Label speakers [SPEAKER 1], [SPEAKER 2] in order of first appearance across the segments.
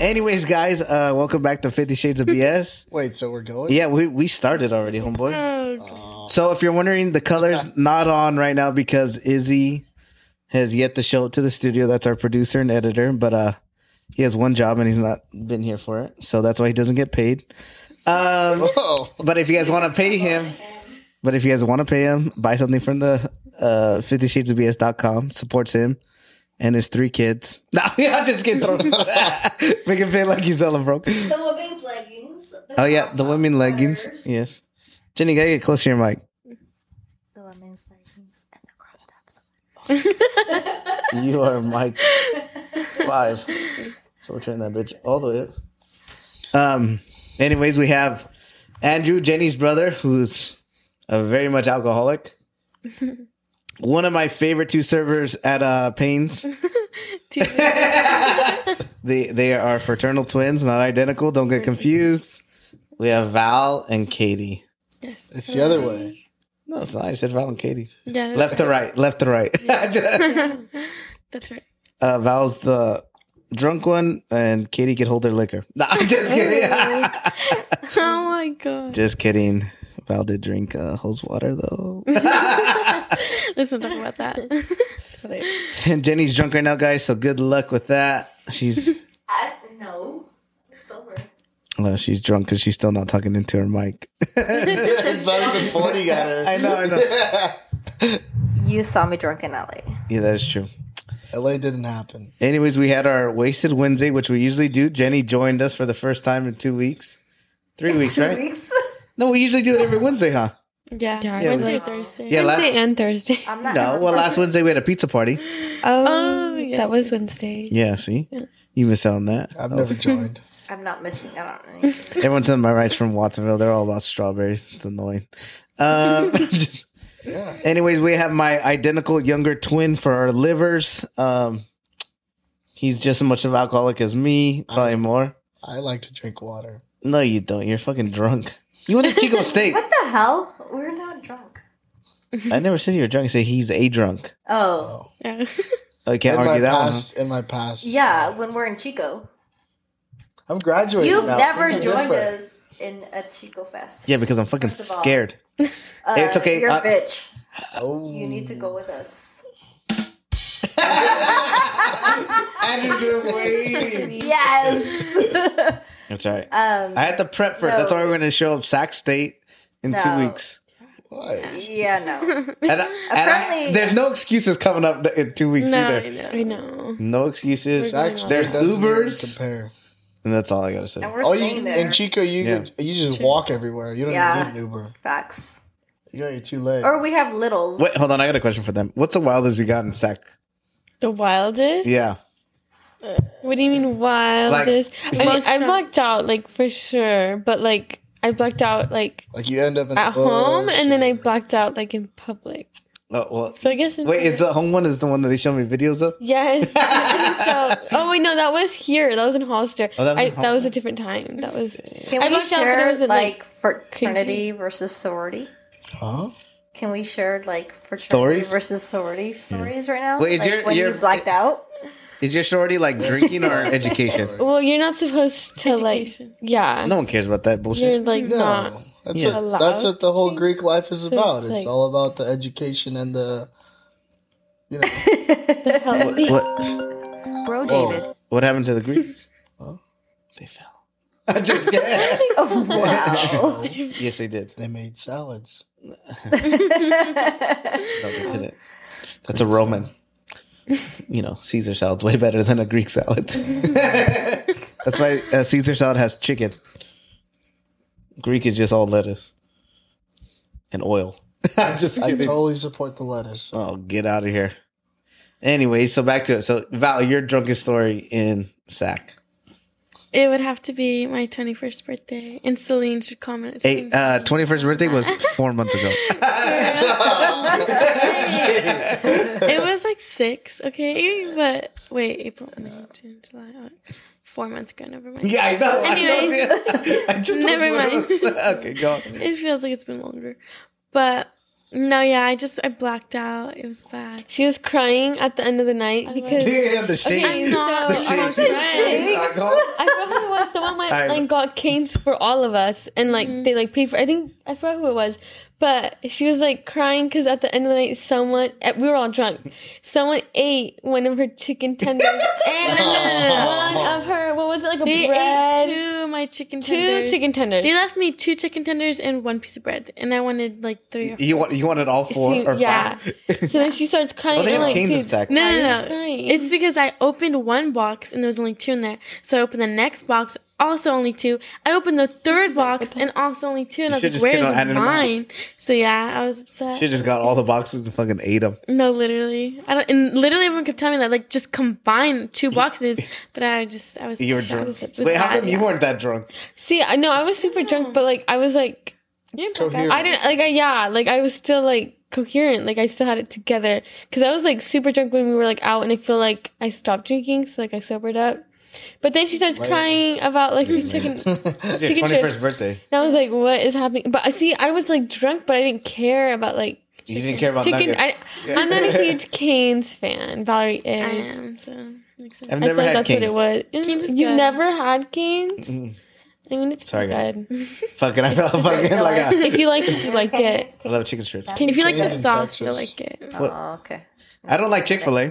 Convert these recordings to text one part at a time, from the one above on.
[SPEAKER 1] Anyways, guys, uh, welcome back to Fifty Shades of BS.
[SPEAKER 2] Wait, so we're going? Oh.
[SPEAKER 1] Yeah, we, we started already, homeboy. So if you're wondering, the color's not on right now because Izzy has yet to show up to the studio. That's our producer and editor, but uh he has one job and he's not been here for it. So that's why he doesn't get paid. Um
[SPEAKER 2] Whoa.
[SPEAKER 1] but if you guys want to pay him, but if you guys want to pay him, buy something from the uh, 50 Shades of BS.com, supports him and his three kids. No, I'll just get thrown. Make him feel like he's hella broke.
[SPEAKER 3] The women's leggings.
[SPEAKER 1] Oh, yeah, the women leggings. Yes. Jenny, gotta get close to your mic.
[SPEAKER 4] The women's leggings and the crop tops.
[SPEAKER 1] You are mic five. So we're turning that bitch all the way up. Um, anyways, we have Andrew, Jenny's brother, who's a very much alcoholic. One of my favorite two servers at uh, Payne's. they they are fraternal twins, not identical. Don't get confused. We have Val and Katie.
[SPEAKER 2] It's the other way.
[SPEAKER 1] No, it's not. I said Val and Katie.
[SPEAKER 5] Yeah,
[SPEAKER 1] Left to right. Left to right.
[SPEAKER 5] that's right.
[SPEAKER 1] uh, Val's the drunk one, and Katie can hold their liquor. No, I'm just kidding.
[SPEAKER 5] Oh my god.
[SPEAKER 1] just kidding. Val did drink uh, hose water though.
[SPEAKER 5] Let's not talk about that.
[SPEAKER 1] and Jenny's drunk right now, guys. So good luck with that. She's
[SPEAKER 3] I no. I'm sober.
[SPEAKER 1] well, uh, she's drunk because she's still not talking into her mic.
[SPEAKER 2] it's not even pointing at her.
[SPEAKER 1] I know, I
[SPEAKER 4] You saw me drunk in LA.
[SPEAKER 1] Yeah, that is true.
[SPEAKER 2] LA didn't happen.
[SPEAKER 1] Anyways, we had our Wasted Wednesday, which we usually do. Jenny joined us for the first time in two weeks, three weeks,
[SPEAKER 4] Two
[SPEAKER 1] right?
[SPEAKER 4] weeks.
[SPEAKER 1] No, we usually do it every Wednesday, huh?
[SPEAKER 5] Yeah,
[SPEAKER 6] Yeah,
[SPEAKER 5] Wednesday
[SPEAKER 4] like-
[SPEAKER 5] or Thursday.
[SPEAKER 1] Yeah, la-
[SPEAKER 6] Wednesday and Thursday.
[SPEAKER 4] I'm not.
[SPEAKER 1] No, well, last Wednesday we had a pizza party.
[SPEAKER 6] Oh,
[SPEAKER 5] Oh, yeah.
[SPEAKER 6] that was Wednesday.
[SPEAKER 1] Yeah, see, you miss out on that. Oh.
[SPEAKER 2] I've never joined.
[SPEAKER 4] I'm not missing out on anything.
[SPEAKER 1] Everyone to my right's from Watsonville. They're all about strawberries. It's annoying. Um, just-
[SPEAKER 2] Yeah.
[SPEAKER 1] anyways, we have my identical younger twin for our livers. Um, he's just as much of an alcoholic as me, probably
[SPEAKER 2] Uh-huh.
[SPEAKER 1] more.
[SPEAKER 2] I like to drink water.
[SPEAKER 1] No, you don't. You're fucking drunk. You went to Chico State.
[SPEAKER 4] what the hell? We're not drunk.
[SPEAKER 1] I never said you were drunk. I said he's a drunk.
[SPEAKER 4] Oh,
[SPEAKER 5] Yeah.
[SPEAKER 1] I can't
[SPEAKER 2] in my
[SPEAKER 1] argue that one. huh?
[SPEAKER 2] past, In my past.
[SPEAKER 4] yeah. When we're in Chico,
[SPEAKER 2] I'm graduating
[SPEAKER 4] you've
[SPEAKER 2] now.
[SPEAKER 4] never
[SPEAKER 2] Things are
[SPEAKER 4] joined
[SPEAKER 2] different.
[SPEAKER 4] us in a Chico fest.
[SPEAKER 1] Yeah, because I'm fucking
[SPEAKER 4] First of all.
[SPEAKER 1] scared.
[SPEAKER 4] Uh,
[SPEAKER 1] It's okay,
[SPEAKER 4] You're a
[SPEAKER 1] I-
[SPEAKER 4] bitch.
[SPEAKER 2] Oh.
[SPEAKER 4] You need to go with us.
[SPEAKER 1] Andrew's been waiting.
[SPEAKER 4] Yes.
[SPEAKER 1] That's all right.
[SPEAKER 4] um.
[SPEAKER 1] I had to prep first. That's why we're going to show up Sac State in two
[SPEAKER 4] No.
[SPEAKER 1] weeks.
[SPEAKER 2] What?
[SPEAKER 4] yeah. No.
[SPEAKER 1] And I- and I,
[SPEAKER 4] Apparently-
[SPEAKER 1] there's no excuses coming up in two weeks
[SPEAKER 5] No, I
[SPEAKER 1] either.
[SPEAKER 5] know. I know.
[SPEAKER 1] No excuses.
[SPEAKER 5] We're
[SPEAKER 2] Actually,
[SPEAKER 1] There's
[SPEAKER 2] doesn't even
[SPEAKER 1] Ubers.
[SPEAKER 2] Compare.
[SPEAKER 1] And that's all I got to say.
[SPEAKER 4] And we're
[SPEAKER 2] Oh,
[SPEAKER 4] staying
[SPEAKER 2] you,
[SPEAKER 4] there.
[SPEAKER 2] in Chico, you
[SPEAKER 1] Yeah.
[SPEAKER 2] could- you just walk everywhere. You don't
[SPEAKER 4] Yeah.
[SPEAKER 2] even need an Uber.
[SPEAKER 4] Facts.
[SPEAKER 2] You got your two legs.
[SPEAKER 4] Or we have littles.
[SPEAKER 1] Wait, hold on. I got a question for them. What's the wildest you got in Sac?
[SPEAKER 6] The wildest?
[SPEAKER 1] Yeah.
[SPEAKER 6] What do you mean wildest? I mean,
[SPEAKER 5] Most
[SPEAKER 6] I
[SPEAKER 5] drunk.
[SPEAKER 6] blacked out, like, for sure. But, like, I blacked out, like,
[SPEAKER 2] like you end up in
[SPEAKER 6] at
[SPEAKER 2] the bush
[SPEAKER 6] home, and then I
[SPEAKER 2] or-
[SPEAKER 6] blacked out, like, in public.
[SPEAKER 1] Oh, well,
[SPEAKER 6] So I guess. in-
[SPEAKER 1] wait, is the home one is the one that they show me videos of?
[SPEAKER 6] Yes. I think so. Oh, wait, no, that was here. That was in Hollister.
[SPEAKER 1] Oh, that was
[SPEAKER 6] I,
[SPEAKER 1] in
[SPEAKER 6] That was
[SPEAKER 1] Hollister?
[SPEAKER 6] a different time. That was.
[SPEAKER 4] Can
[SPEAKER 6] I
[SPEAKER 4] we
[SPEAKER 6] lucked out that I
[SPEAKER 4] share
[SPEAKER 6] wasn't,
[SPEAKER 4] like,
[SPEAKER 6] like,
[SPEAKER 4] fraternity versus sorority?
[SPEAKER 2] Huh?
[SPEAKER 4] Can we share like fraternity
[SPEAKER 1] Stories?
[SPEAKER 4] versus sorority stories right now?
[SPEAKER 1] Wait, is
[SPEAKER 4] like,
[SPEAKER 1] your-
[SPEAKER 4] when
[SPEAKER 1] your-
[SPEAKER 4] you blacked out?
[SPEAKER 1] Is your shorty like drinking or education?
[SPEAKER 6] Well, you're not supposed to,
[SPEAKER 5] Education.
[SPEAKER 6] like. Yeah.
[SPEAKER 1] No one cares about that bullshit.
[SPEAKER 6] You're, like,
[SPEAKER 2] No,
[SPEAKER 6] not.
[SPEAKER 2] that's
[SPEAKER 1] Yeah.
[SPEAKER 2] what that's what the whole Greek life is about. It's
[SPEAKER 6] like-
[SPEAKER 2] all about the education and the you know.
[SPEAKER 6] healthy.
[SPEAKER 1] What?
[SPEAKER 4] Bro,
[SPEAKER 2] Whoa.
[SPEAKER 1] What happened to the Greeks?
[SPEAKER 2] Huh?
[SPEAKER 1] They fell. I just kidding.
[SPEAKER 4] Oh, wow.
[SPEAKER 1] yes, they did.
[SPEAKER 2] They made salads.
[SPEAKER 1] No, they didn't. That's a Roman. You know, Caesar salad's way better than a Greek salad. That's why uh, Caesar salad has chicken. Greek is just all lettuce and oil. I'm just
[SPEAKER 2] I
[SPEAKER 1] kidding.
[SPEAKER 2] totally support the lettuce.
[SPEAKER 1] oh, get out of here. Anyway, so back to it. So, Val, your drunkest story in Sac.
[SPEAKER 5] It would have to be my 21st birthday. And Celine should comment.
[SPEAKER 1] Eight, uh, 21st birthday was four months ago. uh,
[SPEAKER 5] it was like six, okay? But wait, April, May, June, July, August. Four months ago, never mind.
[SPEAKER 1] Yeah, I know. I,
[SPEAKER 5] Anyways.
[SPEAKER 1] told you. I just told
[SPEAKER 5] Never
[SPEAKER 1] you what it
[SPEAKER 5] mind.
[SPEAKER 1] was. okay, go on.
[SPEAKER 5] It feels like it's been longer. But No, yeah, I just I blacked out. It was bad.
[SPEAKER 6] She was crying at the end of the night because
[SPEAKER 1] Yeah, the shade.
[SPEAKER 6] Okay,
[SPEAKER 5] I'm not
[SPEAKER 6] so-
[SPEAKER 1] the
[SPEAKER 6] oh,
[SPEAKER 1] shade.
[SPEAKER 5] shit.
[SPEAKER 1] I go-
[SPEAKER 6] I forgot who it was. Someone went
[SPEAKER 1] All right.
[SPEAKER 6] and got canes for all of us, and like
[SPEAKER 5] Mm-hmm.
[SPEAKER 6] they like paid for. I think I forgot who it was, but she was like crying because at the end of the night, someone eh, we were all drunk. Someone ate one of her chicken tenders and one of her what was it like a
[SPEAKER 5] They
[SPEAKER 6] bread?
[SPEAKER 5] ate two of my chicken
[SPEAKER 6] two
[SPEAKER 5] tenders.
[SPEAKER 6] chicken tenders.
[SPEAKER 5] They left me two chicken tenders and one piece of bread, and I wanted like three. Or
[SPEAKER 1] You want you wanted all four
[SPEAKER 6] She-
[SPEAKER 1] or
[SPEAKER 6] yeah.
[SPEAKER 1] five?
[SPEAKER 6] So then she starts crying.
[SPEAKER 1] Oh, they
[SPEAKER 6] and,
[SPEAKER 1] have
[SPEAKER 6] like,
[SPEAKER 1] canes
[SPEAKER 6] dude,
[SPEAKER 1] intact.
[SPEAKER 5] No,
[SPEAKER 6] why
[SPEAKER 5] no,
[SPEAKER 6] are
[SPEAKER 5] no.
[SPEAKER 6] you crying?
[SPEAKER 5] It's because I opened one box and there was only two in there. So I opened the next box, also only two. I opened the third box and also only two. And
[SPEAKER 1] You
[SPEAKER 5] I was
[SPEAKER 1] should
[SPEAKER 5] like,
[SPEAKER 1] just get on
[SPEAKER 5] where's
[SPEAKER 1] Animal.
[SPEAKER 5] mine? So yeah, I was upset.
[SPEAKER 1] She just got all the boxes and fucking ate them.
[SPEAKER 5] no, literally. I don't, and literally everyone kept telling me that, like, just combine two boxes. but I just, I was.
[SPEAKER 1] You were
[SPEAKER 5] that
[SPEAKER 1] drunk.
[SPEAKER 5] was- it was
[SPEAKER 1] Wait, how
[SPEAKER 5] bad,
[SPEAKER 1] come you
[SPEAKER 5] yeah.
[SPEAKER 1] weren't that drunk?
[SPEAKER 6] See, I know I was super drunk, but like I was like
[SPEAKER 5] You didn't
[SPEAKER 2] So
[SPEAKER 5] black out.
[SPEAKER 2] here-
[SPEAKER 6] I didn't like I yeah, like I was still like coherent, like I still had it together cuz I was like super drunk when we were like out and I feel like I stopped drinking, so like I sobered up. But then she starts
[SPEAKER 2] Later.
[SPEAKER 6] crying about like the chicken and
[SPEAKER 1] It's your
[SPEAKER 6] Chicken
[SPEAKER 1] twenty
[SPEAKER 6] shit.
[SPEAKER 1] first birthday.
[SPEAKER 6] I was like what is happening? But I see I was like drunk, but I didn't care about like
[SPEAKER 1] You didn't care about
[SPEAKER 6] chicken.
[SPEAKER 1] nuggets.
[SPEAKER 6] I, I'm not a huge Canes fan. Valerie is.
[SPEAKER 5] I am, so. makes sense.
[SPEAKER 1] I've
[SPEAKER 6] I feel
[SPEAKER 1] never
[SPEAKER 6] like
[SPEAKER 1] had
[SPEAKER 6] that's
[SPEAKER 1] canes.
[SPEAKER 6] what it was.
[SPEAKER 5] Canes is
[SPEAKER 6] You've
[SPEAKER 5] good.
[SPEAKER 6] never had Canes?
[SPEAKER 1] Mm.
[SPEAKER 6] I mean, it's
[SPEAKER 1] Sorry,
[SPEAKER 6] Sorry,
[SPEAKER 1] guys.
[SPEAKER 6] good.
[SPEAKER 1] Fucking, I felt fucking like a,
[SPEAKER 6] if you like it, you like it.
[SPEAKER 1] I love chicken strips.
[SPEAKER 5] If you like the
[SPEAKER 2] Canes in
[SPEAKER 5] sauce, you'll
[SPEAKER 2] Texas.
[SPEAKER 5] like it.
[SPEAKER 1] What?
[SPEAKER 7] Oh, okay.
[SPEAKER 1] I don't like Chick Fil A.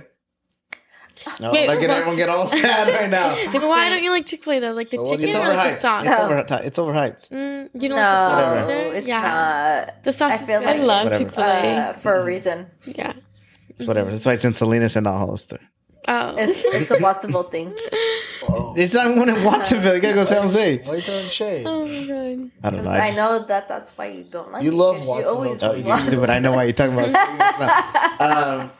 [SPEAKER 1] No,
[SPEAKER 5] Wait,
[SPEAKER 1] look at
[SPEAKER 5] what?
[SPEAKER 1] everyone get all sad right now.
[SPEAKER 5] Why don't you like Chick fil A, though? Like, the
[SPEAKER 2] So what do
[SPEAKER 5] chicken
[SPEAKER 2] you
[SPEAKER 1] It's
[SPEAKER 5] or like the
[SPEAKER 1] overhyped.
[SPEAKER 5] sauce?
[SPEAKER 1] It's, overhyped. it's overhyped.
[SPEAKER 5] Mm, you
[SPEAKER 7] No,
[SPEAKER 5] don't like the sauce either?
[SPEAKER 7] it's
[SPEAKER 5] yeah.
[SPEAKER 7] not.
[SPEAKER 5] The sauce
[SPEAKER 7] I
[SPEAKER 5] is
[SPEAKER 7] feel
[SPEAKER 5] good.
[SPEAKER 6] I
[SPEAKER 7] like-
[SPEAKER 6] love
[SPEAKER 1] Whatever.
[SPEAKER 6] Chick fil
[SPEAKER 7] Uh,
[SPEAKER 6] A.
[SPEAKER 7] for a reason.
[SPEAKER 5] Yeah. Mm-hmm.
[SPEAKER 1] It's whatever. That's why it's in Salinas and not Hollister.
[SPEAKER 5] Oh.
[SPEAKER 7] It's, it's a possible thing.
[SPEAKER 2] Oh,
[SPEAKER 1] It's not even in Watsonville. You gotta go San Jose.
[SPEAKER 2] why you throwing shade?
[SPEAKER 6] oh my god.
[SPEAKER 1] I don't
[SPEAKER 7] 'Cause
[SPEAKER 1] know.
[SPEAKER 7] I
[SPEAKER 1] just-
[SPEAKER 7] know that that's why you don't like
[SPEAKER 2] You
[SPEAKER 7] it,
[SPEAKER 2] love
[SPEAKER 7] 'cause
[SPEAKER 2] Watsonville,
[SPEAKER 7] always
[SPEAKER 1] Oh, you
[SPEAKER 7] want-
[SPEAKER 1] stupid. I know why you're talking about. It's not- um,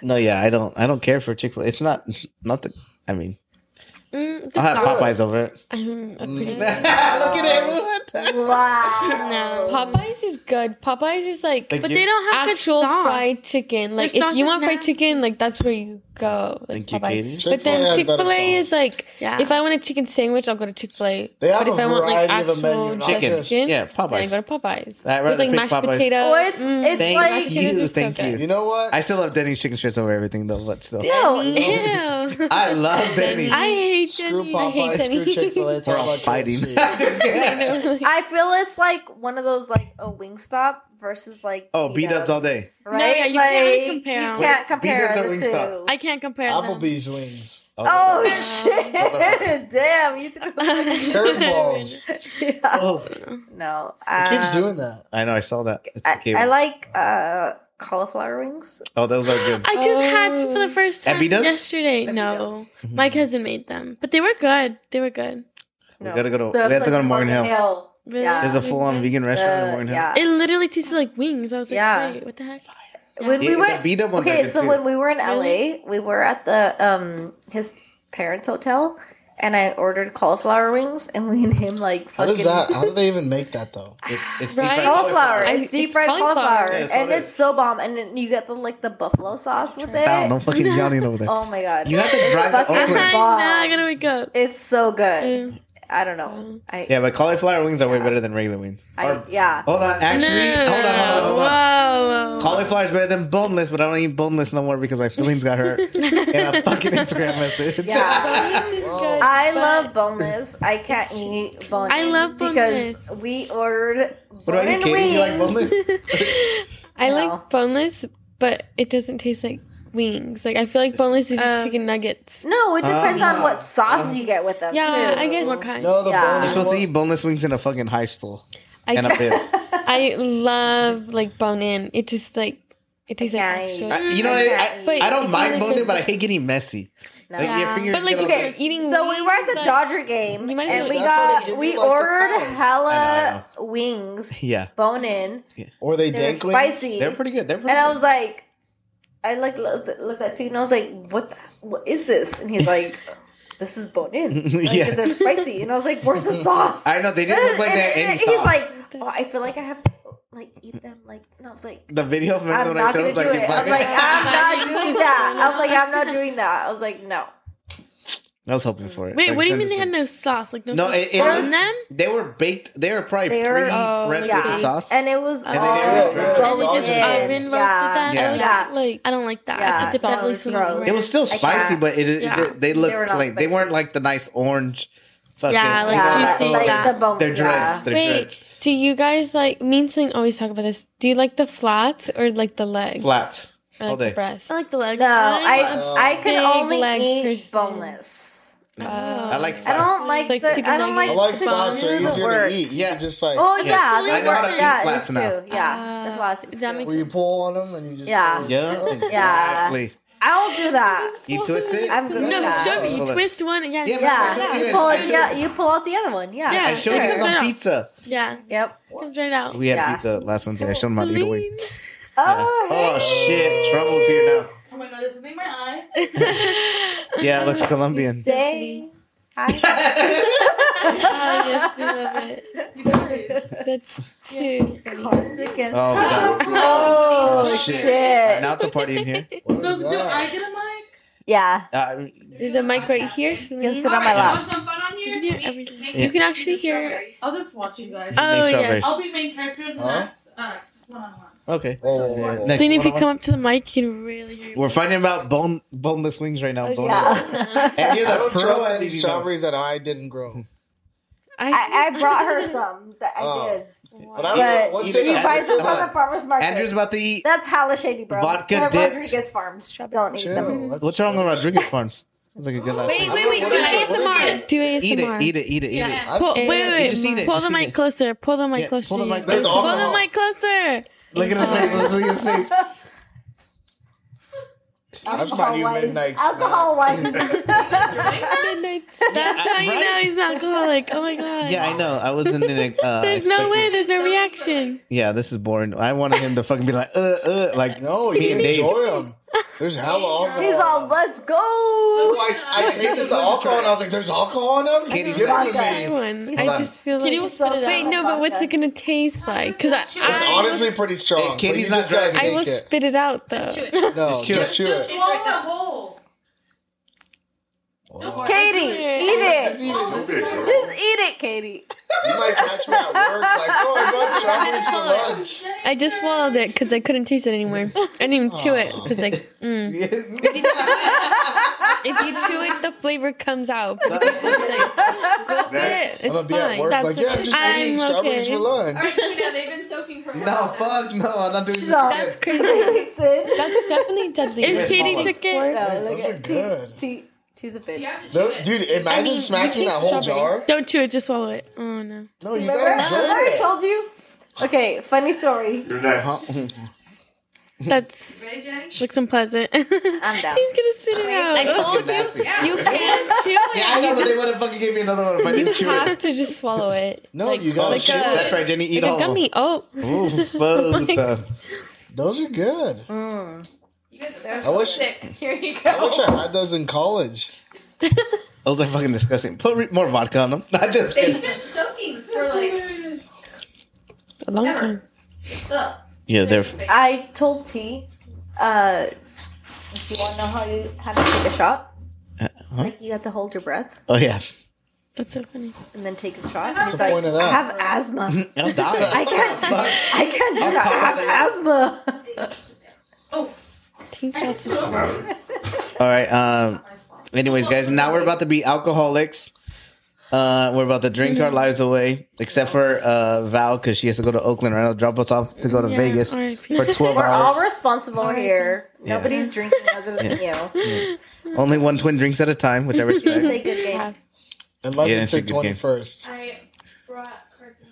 [SPEAKER 1] no, yeah, I don't. I don't care for Chick Fil A. It's not. Not the. I mean,
[SPEAKER 5] Mm, the
[SPEAKER 1] I'll have Mm.
[SPEAKER 5] sauce.
[SPEAKER 1] Popeyes over it.
[SPEAKER 6] I'm a pretty
[SPEAKER 1] Look at everyone.
[SPEAKER 7] Wow.
[SPEAKER 5] No.
[SPEAKER 6] Popeyes is good. Popeyes is like
[SPEAKER 1] Thank
[SPEAKER 5] But
[SPEAKER 1] you.
[SPEAKER 5] they don't have
[SPEAKER 6] actual
[SPEAKER 5] good sauce.
[SPEAKER 6] fried chicken. Like
[SPEAKER 5] Their sauce
[SPEAKER 6] if you
[SPEAKER 5] is
[SPEAKER 6] want fried
[SPEAKER 5] nasty.
[SPEAKER 6] chicken, like that's where you go. Like,
[SPEAKER 1] Thank you,
[SPEAKER 6] Popeyes.
[SPEAKER 1] Katie.
[SPEAKER 6] But then
[SPEAKER 2] Chick-fil-A has
[SPEAKER 6] Chick
[SPEAKER 2] better
[SPEAKER 6] Fil A is
[SPEAKER 2] sauce.
[SPEAKER 6] like,
[SPEAKER 5] Yeah.
[SPEAKER 6] if I want a chicken sandwich, I'll go to Chick Fil A.
[SPEAKER 2] They have
[SPEAKER 6] but if
[SPEAKER 2] a
[SPEAKER 6] I want like
[SPEAKER 2] variety of a menu,
[SPEAKER 6] actual
[SPEAKER 2] not
[SPEAKER 6] chicken,
[SPEAKER 2] just-
[SPEAKER 1] Yeah,
[SPEAKER 6] then I
[SPEAKER 1] Popeyes.
[SPEAKER 6] go to Popeyes.
[SPEAKER 1] I'd rather
[SPEAKER 6] With like
[SPEAKER 1] pick
[SPEAKER 6] mashed
[SPEAKER 1] Popeyes.
[SPEAKER 6] potatoes.
[SPEAKER 7] Well, it's- it's
[SPEAKER 6] mashed
[SPEAKER 7] like-
[SPEAKER 6] potatoes
[SPEAKER 1] You,
[SPEAKER 6] are so
[SPEAKER 1] thank
[SPEAKER 6] good.
[SPEAKER 1] you.
[SPEAKER 2] You know what?
[SPEAKER 1] I still love Denny's chicken strips over everything though. But still,
[SPEAKER 7] No,
[SPEAKER 5] Ew.
[SPEAKER 1] I love Denny's.
[SPEAKER 5] I hate
[SPEAKER 2] screw
[SPEAKER 5] Denny's. I hate
[SPEAKER 2] Popeye,
[SPEAKER 6] Denny's.
[SPEAKER 2] screw Chick Fil A. It's
[SPEAKER 1] We're
[SPEAKER 2] all
[SPEAKER 1] all
[SPEAKER 2] about
[SPEAKER 1] fighting.
[SPEAKER 2] KFC.
[SPEAKER 1] Just kidding.
[SPEAKER 6] I know, like-
[SPEAKER 7] I feel it's like one of those like a Wingstop versus like
[SPEAKER 1] Oh, beat ups all day.
[SPEAKER 7] Right?
[SPEAKER 5] No, yeah,
[SPEAKER 7] like,
[SPEAKER 5] you can't really compare
[SPEAKER 7] You
[SPEAKER 5] them.
[SPEAKER 7] can't
[SPEAKER 1] Wait, beat
[SPEAKER 7] compare
[SPEAKER 1] ups or
[SPEAKER 7] the
[SPEAKER 1] Wingstop?
[SPEAKER 7] two.
[SPEAKER 5] I can't compare them.
[SPEAKER 2] Applebee's wings.
[SPEAKER 7] oh
[SPEAKER 1] no.
[SPEAKER 7] shit! Damn, you threw
[SPEAKER 2] Curveballs.
[SPEAKER 7] yeah.
[SPEAKER 1] Oh,
[SPEAKER 7] No,
[SPEAKER 2] It keeps
[SPEAKER 7] um,
[SPEAKER 2] doing that.
[SPEAKER 1] I know. I saw that. It's the
[SPEAKER 7] I,
[SPEAKER 1] cable.
[SPEAKER 7] I like uh, cauliflower wings.
[SPEAKER 1] Oh, those are good.
[SPEAKER 5] I just had some
[SPEAKER 7] Oh.
[SPEAKER 5] for the first
[SPEAKER 1] At
[SPEAKER 5] time
[SPEAKER 1] B-Dubs?
[SPEAKER 5] yesterday.
[SPEAKER 7] At
[SPEAKER 5] No,
[SPEAKER 1] Hmm.
[SPEAKER 7] B-Dubs.
[SPEAKER 1] Mm-hmm.
[SPEAKER 5] my cousin made them, but they were good. They were good.
[SPEAKER 1] We gotta go to- we have to go to
[SPEAKER 7] like,
[SPEAKER 1] Morgan Hill.
[SPEAKER 5] Really?
[SPEAKER 7] Yeah.
[SPEAKER 1] There's a full
[SPEAKER 5] Uh,
[SPEAKER 1] on vegan restaurant in
[SPEAKER 7] The-
[SPEAKER 1] Warren Hill.
[SPEAKER 7] yeah.
[SPEAKER 5] It literally tasted like wings. I was like,
[SPEAKER 7] Yeah.
[SPEAKER 5] wait, what the heck?
[SPEAKER 7] When we
[SPEAKER 1] Yeah, the
[SPEAKER 7] went,
[SPEAKER 1] beat up ones are
[SPEAKER 7] okay,
[SPEAKER 1] good
[SPEAKER 7] so
[SPEAKER 1] too.
[SPEAKER 7] when we were in LA,
[SPEAKER 5] Really?
[SPEAKER 7] we were at the um his parents' hotel, and I ordered cauliflower wings, and we and him like
[SPEAKER 2] How
[SPEAKER 7] fucking
[SPEAKER 2] does that? How do they even make that though?
[SPEAKER 1] It's it's
[SPEAKER 6] Right.
[SPEAKER 1] deep-fried
[SPEAKER 7] cauliflower.
[SPEAKER 6] I-
[SPEAKER 7] It's deep
[SPEAKER 6] it's
[SPEAKER 7] fried
[SPEAKER 6] cauliflower.
[SPEAKER 7] cauliflower,
[SPEAKER 1] Yeah, that's
[SPEAKER 7] and
[SPEAKER 1] what it
[SPEAKER 7] it's
[SPEAKER 1] is.
[SPEAKER 7] so bomb. And then you get the like the buffalo sauce with
[SPEAKER 1] Found,
[SPEAKER 7] it.
[SPEAKER 1] don't fucking yawning over there.
[SPEAKER 7] Oh my god,
[SPEAKER 1] You have to drive to
[SPEAKER 7] Fucking
[SPEAKER 5] I'm like,
[SPEAKER 1] Oakland.
[SPEAKER 7] bomb.
[SPEAKER 5] nah, I gotta wake up.
[SPEAKER 7] it's so good.
[SPEAKER 5] Uh,
[SPEAKER 7] I don't know. I
[SPEAKER 1] Yeah, but cauliflower wings are way better than regular wings.
[SPEAKER 7] I,
[SPEAKER 1] Or-
[SPEAKER 7] yeah.
[SPEAKER 1] hold on, actually, hold on, hold on, hold on.
[SPEAKER 5] Whoa.
[SPEAKER 1] Cauliflower is better than boneless, but I don't eat boneless no more because my feelings got hurt in a fucking Instagram message.
[SPEAKER 7] Yeah.
[SPEAKER 6] This is
[SPEAKER 2] Whoa.
[SPEAKER 6] good,
[SPEAKER 7] I
[SPEAKER 6] but-
[SPEAKER 7] love boneless. I can't eat boneless.
[SPEAKER 5] I love
[SPEAKER 7] because we ordered
[SPEAKER 1] what about you,
[SPEAKER 7] bone-in
[SPEAKER 1] Katie? You like boneless?
[SPEAKER 7] wings.
[SPEAKER 6] I
[SPEAKER 7] No.
[SPEAKER 6] like boneless, but it doesn't taste like wings. Like I feel like boneless is just
[SPEAKER 5] Um,
[SPEAKER 6] chicken nuggets.
[SPEAKER 7] No, it depends
[SPEAKER 1] Ah.
[SPEAKER 7] on what sauce you get with them.
[SPEAKER 6] Yeah,
[SPEAKER 7] too.
[SPEAKER 6] I guess
[SPEAKER 5] What kind?
[SPEAKER 2] No, the
[SPEAKER 7] Yeah.
[SPEAKER 1] You're
[SPEAKER 2] boneless
[SPEAKER 1] supposed to
[SPEAKER 2] one-
[SPEAKER 1] eat boneless wings in a fucking high stool
[SPEAKER 6] I
[SPEAKER 1] and a bib.
[SPEAKER 6] I love like bone in. It just like it tastes like
[SPEAKER 7] Okay.
[SPEAKER 6] actual.
[SPEAKER 1] I- you know, what I,
[SPEAKER 7] But
[SPEAKER 1] I, I don't
[SPEAKER 6] if
[SPEAKER 1] mind
[SPEAKER 6] you
[SPEAKER 1] boneless,
[SPEAKER 6] like-
[SPEAKER 1] but I hate getting messy.
[SPEAKER 7] No.
[SPEAKER 1] Like your
[SPEAKER 5] Yeah.
[SPEAKER 1] fingers
[SPEAKER 6] Um, But like
[SPEAKER 1] get all
[SPEAKER 6] if
[SPEAKER 7] okay,
[SPEAKER 6] you're eating,
[SPEAKER 7] So we were at the
[SPEAKER 6] wings, like-
[SPEAKER 7] Dodger game,
[SPEAKER 6] You might as
[SPEAKER 7] and
[SPEAKER 6] well-
[SPEAKER 7] we
[SPEAKER 6] That's why
[SPEAKER 2] they give
[SPEAKER 7] got
[SPEAKER 2] you,
[SPEAKER 7] we
[SPEAKER 2] like, the
[SPEAKER 7] ordered
[SPEAKER 2] towels.
[SPEAKER 1] I know,
[SPEAKER 7] hella
[SPEAKER 1] I
[SPEAKER 7] wings,
[SPEAKER 1] yeah,
[SPEAKER 7] bone in,
[SPEAKER 2] Or they
[SPEAKER 7] they're
[SPEAKER 2] dank wings.
[SPEAKER 7] spicy,
[SPEAKER 1] they're pretty good. They're pretty.
[SPEAKER 7] and I
[SPEAKER 1] good.
[SPEAKER 7] was like, I like looked, looked at two, and I was like, what? The, what is this? And he's like, this is bone in. Like,
[SPEAKER 1] Yeah.
[SPEAKER 7] they're spicy, and I was like, where's the sauce?
[SPEAKER 1] I know they didn't look like
[SPEAKER 7] And-
[SPEAKER 1] they had
[SPEAKER 7] and
[SPEAKER 1] any
[SPEAKER 7] He's
[SPEAKER 1] sauce.
[SPEAKER 7] like, oh, I feel like I have to like eat them, like, and I was like.
[SPEAKER 1] the video of
[SPEAKER 7] I'm
[SPEAKER 1] when I
[SPEAKER 7] not
[SPEAKER 1] showed
[SPEAKER 7] gonna
[SPEAKER 1] up,
[SPEAKER 7] do
[SPEAKER 1] like,
[SPEAKER 7] it. I was like,
[SPEAKER 1] fucking-
[SPEAKER 7] I'm not doing that. I was like, I'm not doing that. I was like, no.
[SPEAKER 1] I was hoping for it.
[SPEAKER 5] Wait,
[SPEAKER 1] Like,
[SPEAKER 5] what do you
[SPEAKER 1] I'm
[SPEAKER 5] mean
[SPEAKER 1] just
[SPEAKER 5] they had
[SPEAKER 1] like-
[SPEAKER 5] no sauce? Like no,
[SPEAKER 1] No,
[SPEAKER 5] sauce
[SPEAKER 1] it- it
[SPEAKER 5] on
[SPEAKER 1] was-
[SPEAKER 5] them?
[SPEAKER 1] They were baked. They were probably
[SPEAKER 7] They were-
[SPEAKER 5] Oh,
[SPEAKER 1] pre-prepped with
[SPEAKER 7] yeah.
[SPEAKER 1] the sauce.
[SPEAKER 7] And it was
[SPEAKER 5] Oh,
[SPEAKER 1] then they
[SPEAKER 7] all
[SPEAKER 1] were- Yeah,
[SPEAKER 5] Oh, we just
[SPEAKER 7] Yeah.
[SPEAKER 5] oven roasted that.
[SPEAKER 1] Yeah.
[SPEAKER 5] I would-
[SPEAKER 7] Yeah.
[SPEAKER 5] Like I don't like that.
[SPEAKER 7] Yeah.
[SPEAKER 5] It's
[SPEAKER 7] That
[SPEAKER 5] definitely
[SPEAKER 7] was
[SPEAKER 5] some
[SPEAKER 7] gross.
[SPEAKER 5] red-
[SPEAKER 1] it was still
[SPEAKER 7] Like
[SPEAKER 1] spicy,
[SPEAKER 7] that.
[SPEAKER 1] but it, it-
[SPEAKER 5] Yeah.
[SPEAKER 1] they looked
[SPEAKER 7] were not
[SPEAKER 1] like they
[SPEAKER 7] spicy.
[SPEAKER 1] weren't like the nice orange. Fucking,
[SPEAKER 5] Yeah, like
[SPEAKER 1] they're
[SPEAKER 5] juicy,
[SPEAKER 1] like-
[SPEAKER 5] that-
[SPEAKER 7] like the bone.
[SPEAKER 1] They're
[SPEAKER 7] yeah.
[SPEAKER 1] drenched. They're
[SPEAKER 6] Wait,
[SPEAKER 1] drenched.
[SPEAKER 6] do you guys like? Me and Celine always talk about this. Do you like the flats or like the legs?
[SPEAKER 1] Flat.
[SPEAKER 6] Or,
[SPEAKER 1] all
[SPEAKER 6] like,
[SPEAKER 1] day.
[SPEAKER 6] The breast.
[SPEAKER 5] I like the leg.
[SPEAKER 7] No, I
[SPEAKER 2] Oh.
[SPEAKER 7] I can
[SPEAKER 6] Big
[SPEAKER 7] only
[SPEAKER 6] leg
[SPEAKER 7] eat
[SPEAKER 6] person.
[SPEAKER 7] boneless.
[SPEAKER 1] I like
[SPEAKER 7] I
[SPEAKER 5] Oh.
[SPEAKER 1] flats.
[SPEAKER 7] don't like,
[SPEAKER 6] Like
[SPEAKER 7] the.
[SPEAKER 6] chicken
[SPEAKER 7] I don't like,
[SPEAKER 6] nugget.
[SPEAKER 2] I like
[SPEAKER 7] to
[SPEAKER 2] flats are
[SPEAKER 7] do the
[SPEAKER 2] easier
[SPEAKER 7] work.
[SPEAKER 2] to eat. Yeah,
[SPEAKER 1] Yeah.
[SPEAKER 2] just like
[SPEAKER 7] Oh yeah,
[SPEAKER 1] I
[SPEAKER 7] they
[SPEAKER 1] know how
[SPEAKER 7] work.
[SPEAKER 1] to eat
[SPEAKER 7] Yeah,
[SPEAKER 1] flats
[SPEAKER 7] it's
[SPEAKER 1] now.
[SPEAKER 7] true. Yeah,
[SPEAKER 5] Ah,
[SPEAKER 7] the flats is
[SPEAKER 5] that
[SPEAKER 7] true.
[SPEAKER 5] makes-
[SPEAKER 2] where you pull on them and you just
[SPEAKER 7] Yeah.
[SPEAKER 1] Yeah, exactly.
[SPEAKER 7] Yeah. I'll do that.
[SPEAKER 1] You twist it.
[SPEAKER 7] I'm good.
[SPEAKER 5] No,
[SPEAKER 7] with that.
[SPEAKER 5] show me. You
[SPEAKER 1] Hold on.
[SPEAKER 5] twist one. Yeah.
[SPEAKER 1] Yeah,
[SPEAKER 7] Yeah,
[SPEAKER 1] Yeah.
[SPEAKER 7] you pull it.
[SPEAKER 1] Yeah.
[SPEAKER 7] Yeah, you pull out the other one. Yeah.
[SPEAKER 5] Yeah.
[SPEAKER 1] I showed you guys
[SPEAKER 5] Sure.
[SPEAKER 1] on pizza.
[SPEAKER 5] Yeah.
[SPEAKER 7] Yep.
[SPEAKER 5] Comes right out.
[SPEAKER 1] We had
[SPEAKER 7] Yeah.
[SPEAKER 1] pizza last Wednesday. I showed them how to eat away.
[SPEAKER 5] Celine.
[SPEAKER 7] Oh,
[SPEAKER 1] Oh shit! Trouble's here now.
[SPEAKER 3] Oh my god, there's something in my eye.
[SPEAKER 1] Yeah, it looks Colombian.
[SPEAKER 7] Say hi.
[SPEAKER 1] That's
[SPEAKER 6] Ah, yes, we love it.
[SPEAKER 3] You guys.
[SPEAKER 6] That's too.
[SPEAKER 7] Cards against.
[SPEAKER 1] Oh, God.
[SPEAKER 7] Oh,
[SPEAKER 1] Shit.
[SPEAKER 7] shit.
[SPEAKER 1] now it's a party in here.
[SPEAKER 2] What
[SPEAKER 3] So
[SPEAKER 2] is
[SPEAKER 3] do
[SPEAKER 2] that?
[SPEAKER 3] I get a mic?
[SPEAKER 7] Yeah.
[SPEAKER 1] Uh,
[SPEAKER 6] There's a mic right here,
[SPEAKER 7] You
[SPEAKER 6] Celine.
[SPEAKER 7] can sit on my
[SPEAKER 3] Alright,
[SPEAKER 7] lap.
[SPEAKER 3] want some fun on here?
[SPEAKER 5] You can hear
[SPEAKER 3] Make-
[SPEAKER 5] everything.
[SPEAKER 3] make-
[SPEAKER 6] You can actually hear.
[SPEAKER 3] I'll just watch you guys.
[SPEAKER 5] Oh,
[SPEAKER 1] make
[SPEAKER 5] yes.
[SPEAKER 1] strawberries.
[SPEAKER 3] I'll be main character in the
[SPEAKER 2] Huh?
[SPEAKER 3] next. Uh, just one on one.
[SPEAKER 1] Okay.
[SPEAKER 2] Oh,
[SPEAKER 1] Yeah.
[SPEAKER 2] oh, oh.
[SPEAKER 1] Next
[SPEAKER 5] Celine, if you
[SPEAKER 1] one-on-one.
[SPEAKER 5] come up to the mic, you can really hear.
[SPEAKER 1] We're fighting about bone boneless wings right now.
[SPEAKER 6] Oh,
[SPEAKER 1] boneless.
[SPEAKER 7] Yeah.
[SPEAKER 1] And you're
[SPEAKER 2] I
[SPEAKER 1] the
[SPEAKER 2] don't
[SPEAKER 1] pro
[SPEAKER 2] grow
[SPEAKER 1] at
[SPEAKER 2] any
[SPEAKER 1] eating
[SPEAKER 2] strawberries that I didn't grow.
[SPEAKER 7] I, I brought her some. That I
[SPEAKER 2] Oh.
[SPEAKER 7] did.
[SPEAKER 2] But I don't know.
[SPEAKER 7] But
[SPEAKER 2] What's
[SPEAKER 1] you
[SPEAKER 7] she
[SPEAKER 1] know,
[SPEAKER 2] it?
[SPEAKER 7] buys them
[SPEAKER 1] Andrew's-
[SPEAKER 7] from the farmer's
[SPEAKER 1] them.
[SPEAKER 7] market.
[SPEAKER 1] Andrew's about to eat.
[SPEAKER 7] That's hella shady, bro.
[SPEAKER 1] Vodka
[SPEAKER 7] They're
[SPEAKER 1] dipped.
[SPEAKER 7] Rodriguez Farms. Don't eat them.
[SPEAKER 2] Chill. Let's-
[SPEAKER 1] What's wrong with Rodriguez Farms? Sounds like a good laugh.
[SPEAKER 6] Wait, wait, wait. Do ASMR. Do ASMR.
[SPEAKER 1] Eat it, eat it, eat it, eat it.
[SPEAKER 2] I've
[SPEAKER 5] Pull,
[SPEAKER 2] seen-
[SPEAKER 5] wait,
[SPEAKER 6] Yeah.
[SPEAKER 5] wait,
[SPEAKER 1] You just eat
[SPEAKER 5] wait.
[SPEAKER 1] it,
[SPEAKER 5] Pull
[SPEAKER 1] just
[SPEAKER 5] the
[SPEAKER 1] eat
[SPEAKER 5] mic
[SPEAKER 1] it.
[SPEAKER 5] closer. Pull the mic
[SPEAKER 1] Yeah,
[SPEAKER 5] closer.
[SPEAKER 1] pull the mic-
[SPEAKER 2] There's
[SPEAKER 5] Pull the
[SPEAKER 2] alcohol.
[SPEAKER 5] mic closer.
[SPEAKER 1] Look at his face. Let's see his face.
[SPEAKER 2] That's my new
[SPEAKER 7] Alcohol-wise.
[SPEAKER 2] midnight snack.
[SPEAKER 7] Alcohol-wise.
[SPEAKER 6] Midnight. That's
[SPEAKER 5] That's how you
[SPEAKER 1] right?
[SPEAKER 5] know he's an alcoholic. Oh my god.
[SPEAKER 1] Yeah, I know. I wasn't in a. Uh,
[SPEAKER 5] There's no
[SPEAKER 1] expecting-
[SPEAKER 5] way. There's no reaction.
[SPEAKER 1] Yeah, this is boring. I wanted him to fucking be like, uh, uh, like
[SPEAKER 2] No,
[SPEAKER 1] Me
[SPEAKER 2] you
[SPEAKER 1] and Dave.
[SPEAKER 2] enjoy them. There's hella alcohol.
[SPEAKER 7] He's all, let's go.
[SPEAKER 2] I, I tasted the alcohol and I was like, "There's alcohol in them."
[SPEAKER 1] Katie's
[SPEAKER 2] Give
[SPEAKER 7] back.
[SPEAKER 2] it to
[SPEAKER 7] Okay.
[SPEAKER 2] me.
[SPEAKER 6] One.
[SPEAKER 1] Hold
[SPEAKER 6] I
[SPEAKER 1] on.
[SPEAKER 6] just feel
[SPEAKER 5] Can
[SPEAKER 6] like.
[SPEAKER 5] you spit it
[SPEAKER 6] Wait,
[SPEAKER 5] out?
[SPEAKER 6] no, but what's it gonna taste like? Because I,
[SPEAKER 2] It's
[SPEAKER 6] I,
[SPEAKER 2] honestly pretty strong.
[SPEAKER 1] Hey, Katie's
[SPEAKER 2] but you
[SPEAKER 1] not
[SPEAKER 2] just gotta
[SPEAKER 1] driving.
[SPEAKER 6] I will
[SPEAKER 2] take it.
[SPEAKER 6] spit it out though.
[SPEAKER 2] No,
[SPEAKER 1] Just chew
[SPEAKER 2] just chew it.
[SPEAKER 3] Swallow it whole.
[SPEAKER 2] Wow.
[SPEAKER 7] Katie, eat
[SPEAKER 2] Just
[SPEAKER 7] it.
[SPEAKER 2] eat it, just eat it.
[SPEAKER 7] Just eat it, Katie.
[SPEAKER 2] You might catch me at work, like, "Oh, I brought strawberries for lunch."
[SPEAKER 6] I just swallowed it because I couldn't taste it anymore. I didn't even chew it because like, mm. if you chew it, the flavor comes out. But if you just, like, gulp it, it's
[SPEAKER 2] I'm gonna be
[SPEAKER 6] fine.
[SPEAKER 2] at work,
[SPEAKER 5] That's
[SPEAKER 2] like, "Yeah, I'm just
[SPEAKER 5] okay.
[SPEAKER 2] eating
[SPEAKER 5] I'm
[SPEAKER 2] strawberries
[SPEAKER 5] okay.
[SPEAKER 2] for lunch."
[SPEAKER 8] they've been soaking for
[SPEAKER 1] no, fuck, no, I'm not doing this.
[SPEAKER 7] No.
[SPEAKER 1] again.
[SPEAKER 6] That's crazy.
[SPEAKER 7] Sid.
[SPEAKER 6] That's definitely deadly.
[SPEAKER 5] If
[SPEAKER 1] Yes,
[SPEAKER 5] Katie
[SPEAKER 1] Paula.
[SPEAKER 5] took
[SPEAKER 7] No,
[SPEAKER 5] it,
[SPEAKER 7] look
[SPEAKER 2] Those are
[SPEAKER 7] at
[SPEAKER 2] good.
[SPEAKER 7] T, T, the bitch.
[SPEAKER 2] Tho- dude, imagine
[SPEAKER 6] mean, you
[SPEAKER 2] smacking
[SPEAKER 6] keep
[SPEAKER 2] that whole
[SPEAKER 6] strawberry.
[SPEAKER 2] jar.
[SPEAKER 5] don't chew it. Just swallow it. Oh no.
[SPEAKER 2] No, you gotta
[SPEAKER 7] Remember, remember I
[SPEAKER 2] enjoy it.
[SPEAKER 7] told you? Okay, funny story.
[SPEAKER 9] You're next.
[SPEAKER 5] That's looks unpleasant. I'm
[SPEAKER 7] down.
[SPEAKER 5] He's gonna spit it out.
[SPEAKER 6] I told
[SPEAKER 1] Nasty.
[SPEAKER 6] you you can't chew it.
[SPEAKER 1] Yeah, I know, but they would have fucking gave me another one if I
[SPEAKER 6] You
[SPEAKER 1] didn't chew it. Oh,
[SPEAKER 6] have to just swallow it.
[SPEAKER 2] No,
[SPEAKER 6] Like-
[SPEAKER 2] you gotta
[SPEAKER 6] like
[SPEAKER 2] chew
[SPEAKER 6] a-
[SPEAKER 7] uh,
[SPEAKER 2] it.
[SPEAKER 1] That's right, Jenny, eat
[SPEAKER 6] like
[SPEAKER 1] all
[SPEAKER 6] a gummy. Oh,
[SPEAKER 1] of them. Ooh, fuck the-
[SPEAKER 2] Those are good.
[SPEAKER 7] Mm.
[SPEAKER 2] I wish.
[SPEAKER 8] Here you
[SPEAKER 2] I wish I had those in college.
[SPEAKER 1] Those are fucking disgusting. Put re- more vodka on them. Not just
[SPEAKER 8] They've
[SPEAKER 1] kidding.
[SPEAKER 8] been soaking for like.
[SPEAKER 6] a long time.
[SPEAKER 1] Yeah, they're.
[SPEAKER 7] I told T, uh, do you want to know how you how to take a shot?
[SPEAKER 1] Uh, huh?
[SPEAKER 7] Like you have to hold your breath
[SPEAKER 1] Oh yeah.
[SPEAKER 5] That's so funny.
[SPEAKER 7] and then take the shot.
[SPEAKER 2] What's
[SPEAKER 7] He's
[SPEAKER 2] the
[SPEAKER 7] like,
[SPEAKER 2] point of that?
[SPEAKER 7] I have asthma.
[SPEAKER 1] I'll die.
[SPEAKER 7] I can't. Do, I can't do that. I have asthma.
[SPEAKER 6] Pink shots is-
[SPEAKER 1] All right. Um. Anyways, guys, now we're about to be alcoholics. Uh, we're about to drink our lives away, except for uh, Val because she has to go to Oakland right now, drop us off to go to
[SPEAKER 5] Yeah,
[SPEAKER 1] Vegas
[SPEAKER 5] RIP.
[SPEAKER 1] for twelve
[SPEAKER 7] We're all
[SPEAKER 1] hours.
[SPEAKER 7] responsible here.
[SPEAKER 1] Yeah.
[SPEAKER 7] Nobody's drinking other than you.
[SPEAKER 1] Only one twin drinks at a time, which I respect.
[SPEAKER 7] Say good game.
[SPEAKER 2] Unless
[SPEAKER 1] Yeah, it's
[SPEAKER 2] it's
[SPEAKER 1] a
[SPEAKER 2] your
[SPEAKER 1] good game.
[SPEAKER 2] twenty first.
[SPEAKER 3] I brought cards in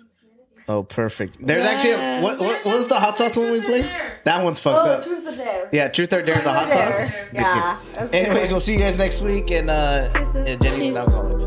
[SPEAKER 3] the
[SPEAKER 1] oh, perfect. There's actually a, what, what, what was the hot sauce one we played? That one's fucked
[SPEAKER 7] Oh,
[SPEAKER 1] up.
[SPEAKER 7] truth or dare.
[SPEAKER 1] Yeah, truth or dare, the hot
[SPEAKER 7] Truth or
[SPEAKER 1] sauce.
[SPEAKER 7] dare. Yeah. that's a good
[SPEAKER 1] Anyways,
[SPEAKER 7] one.
[SPEAKER 1] we'll see you guys next week, and uh,
[SPEAKER 7] Kisses.
[SPEAKER 1] Jenny's an alcoholic.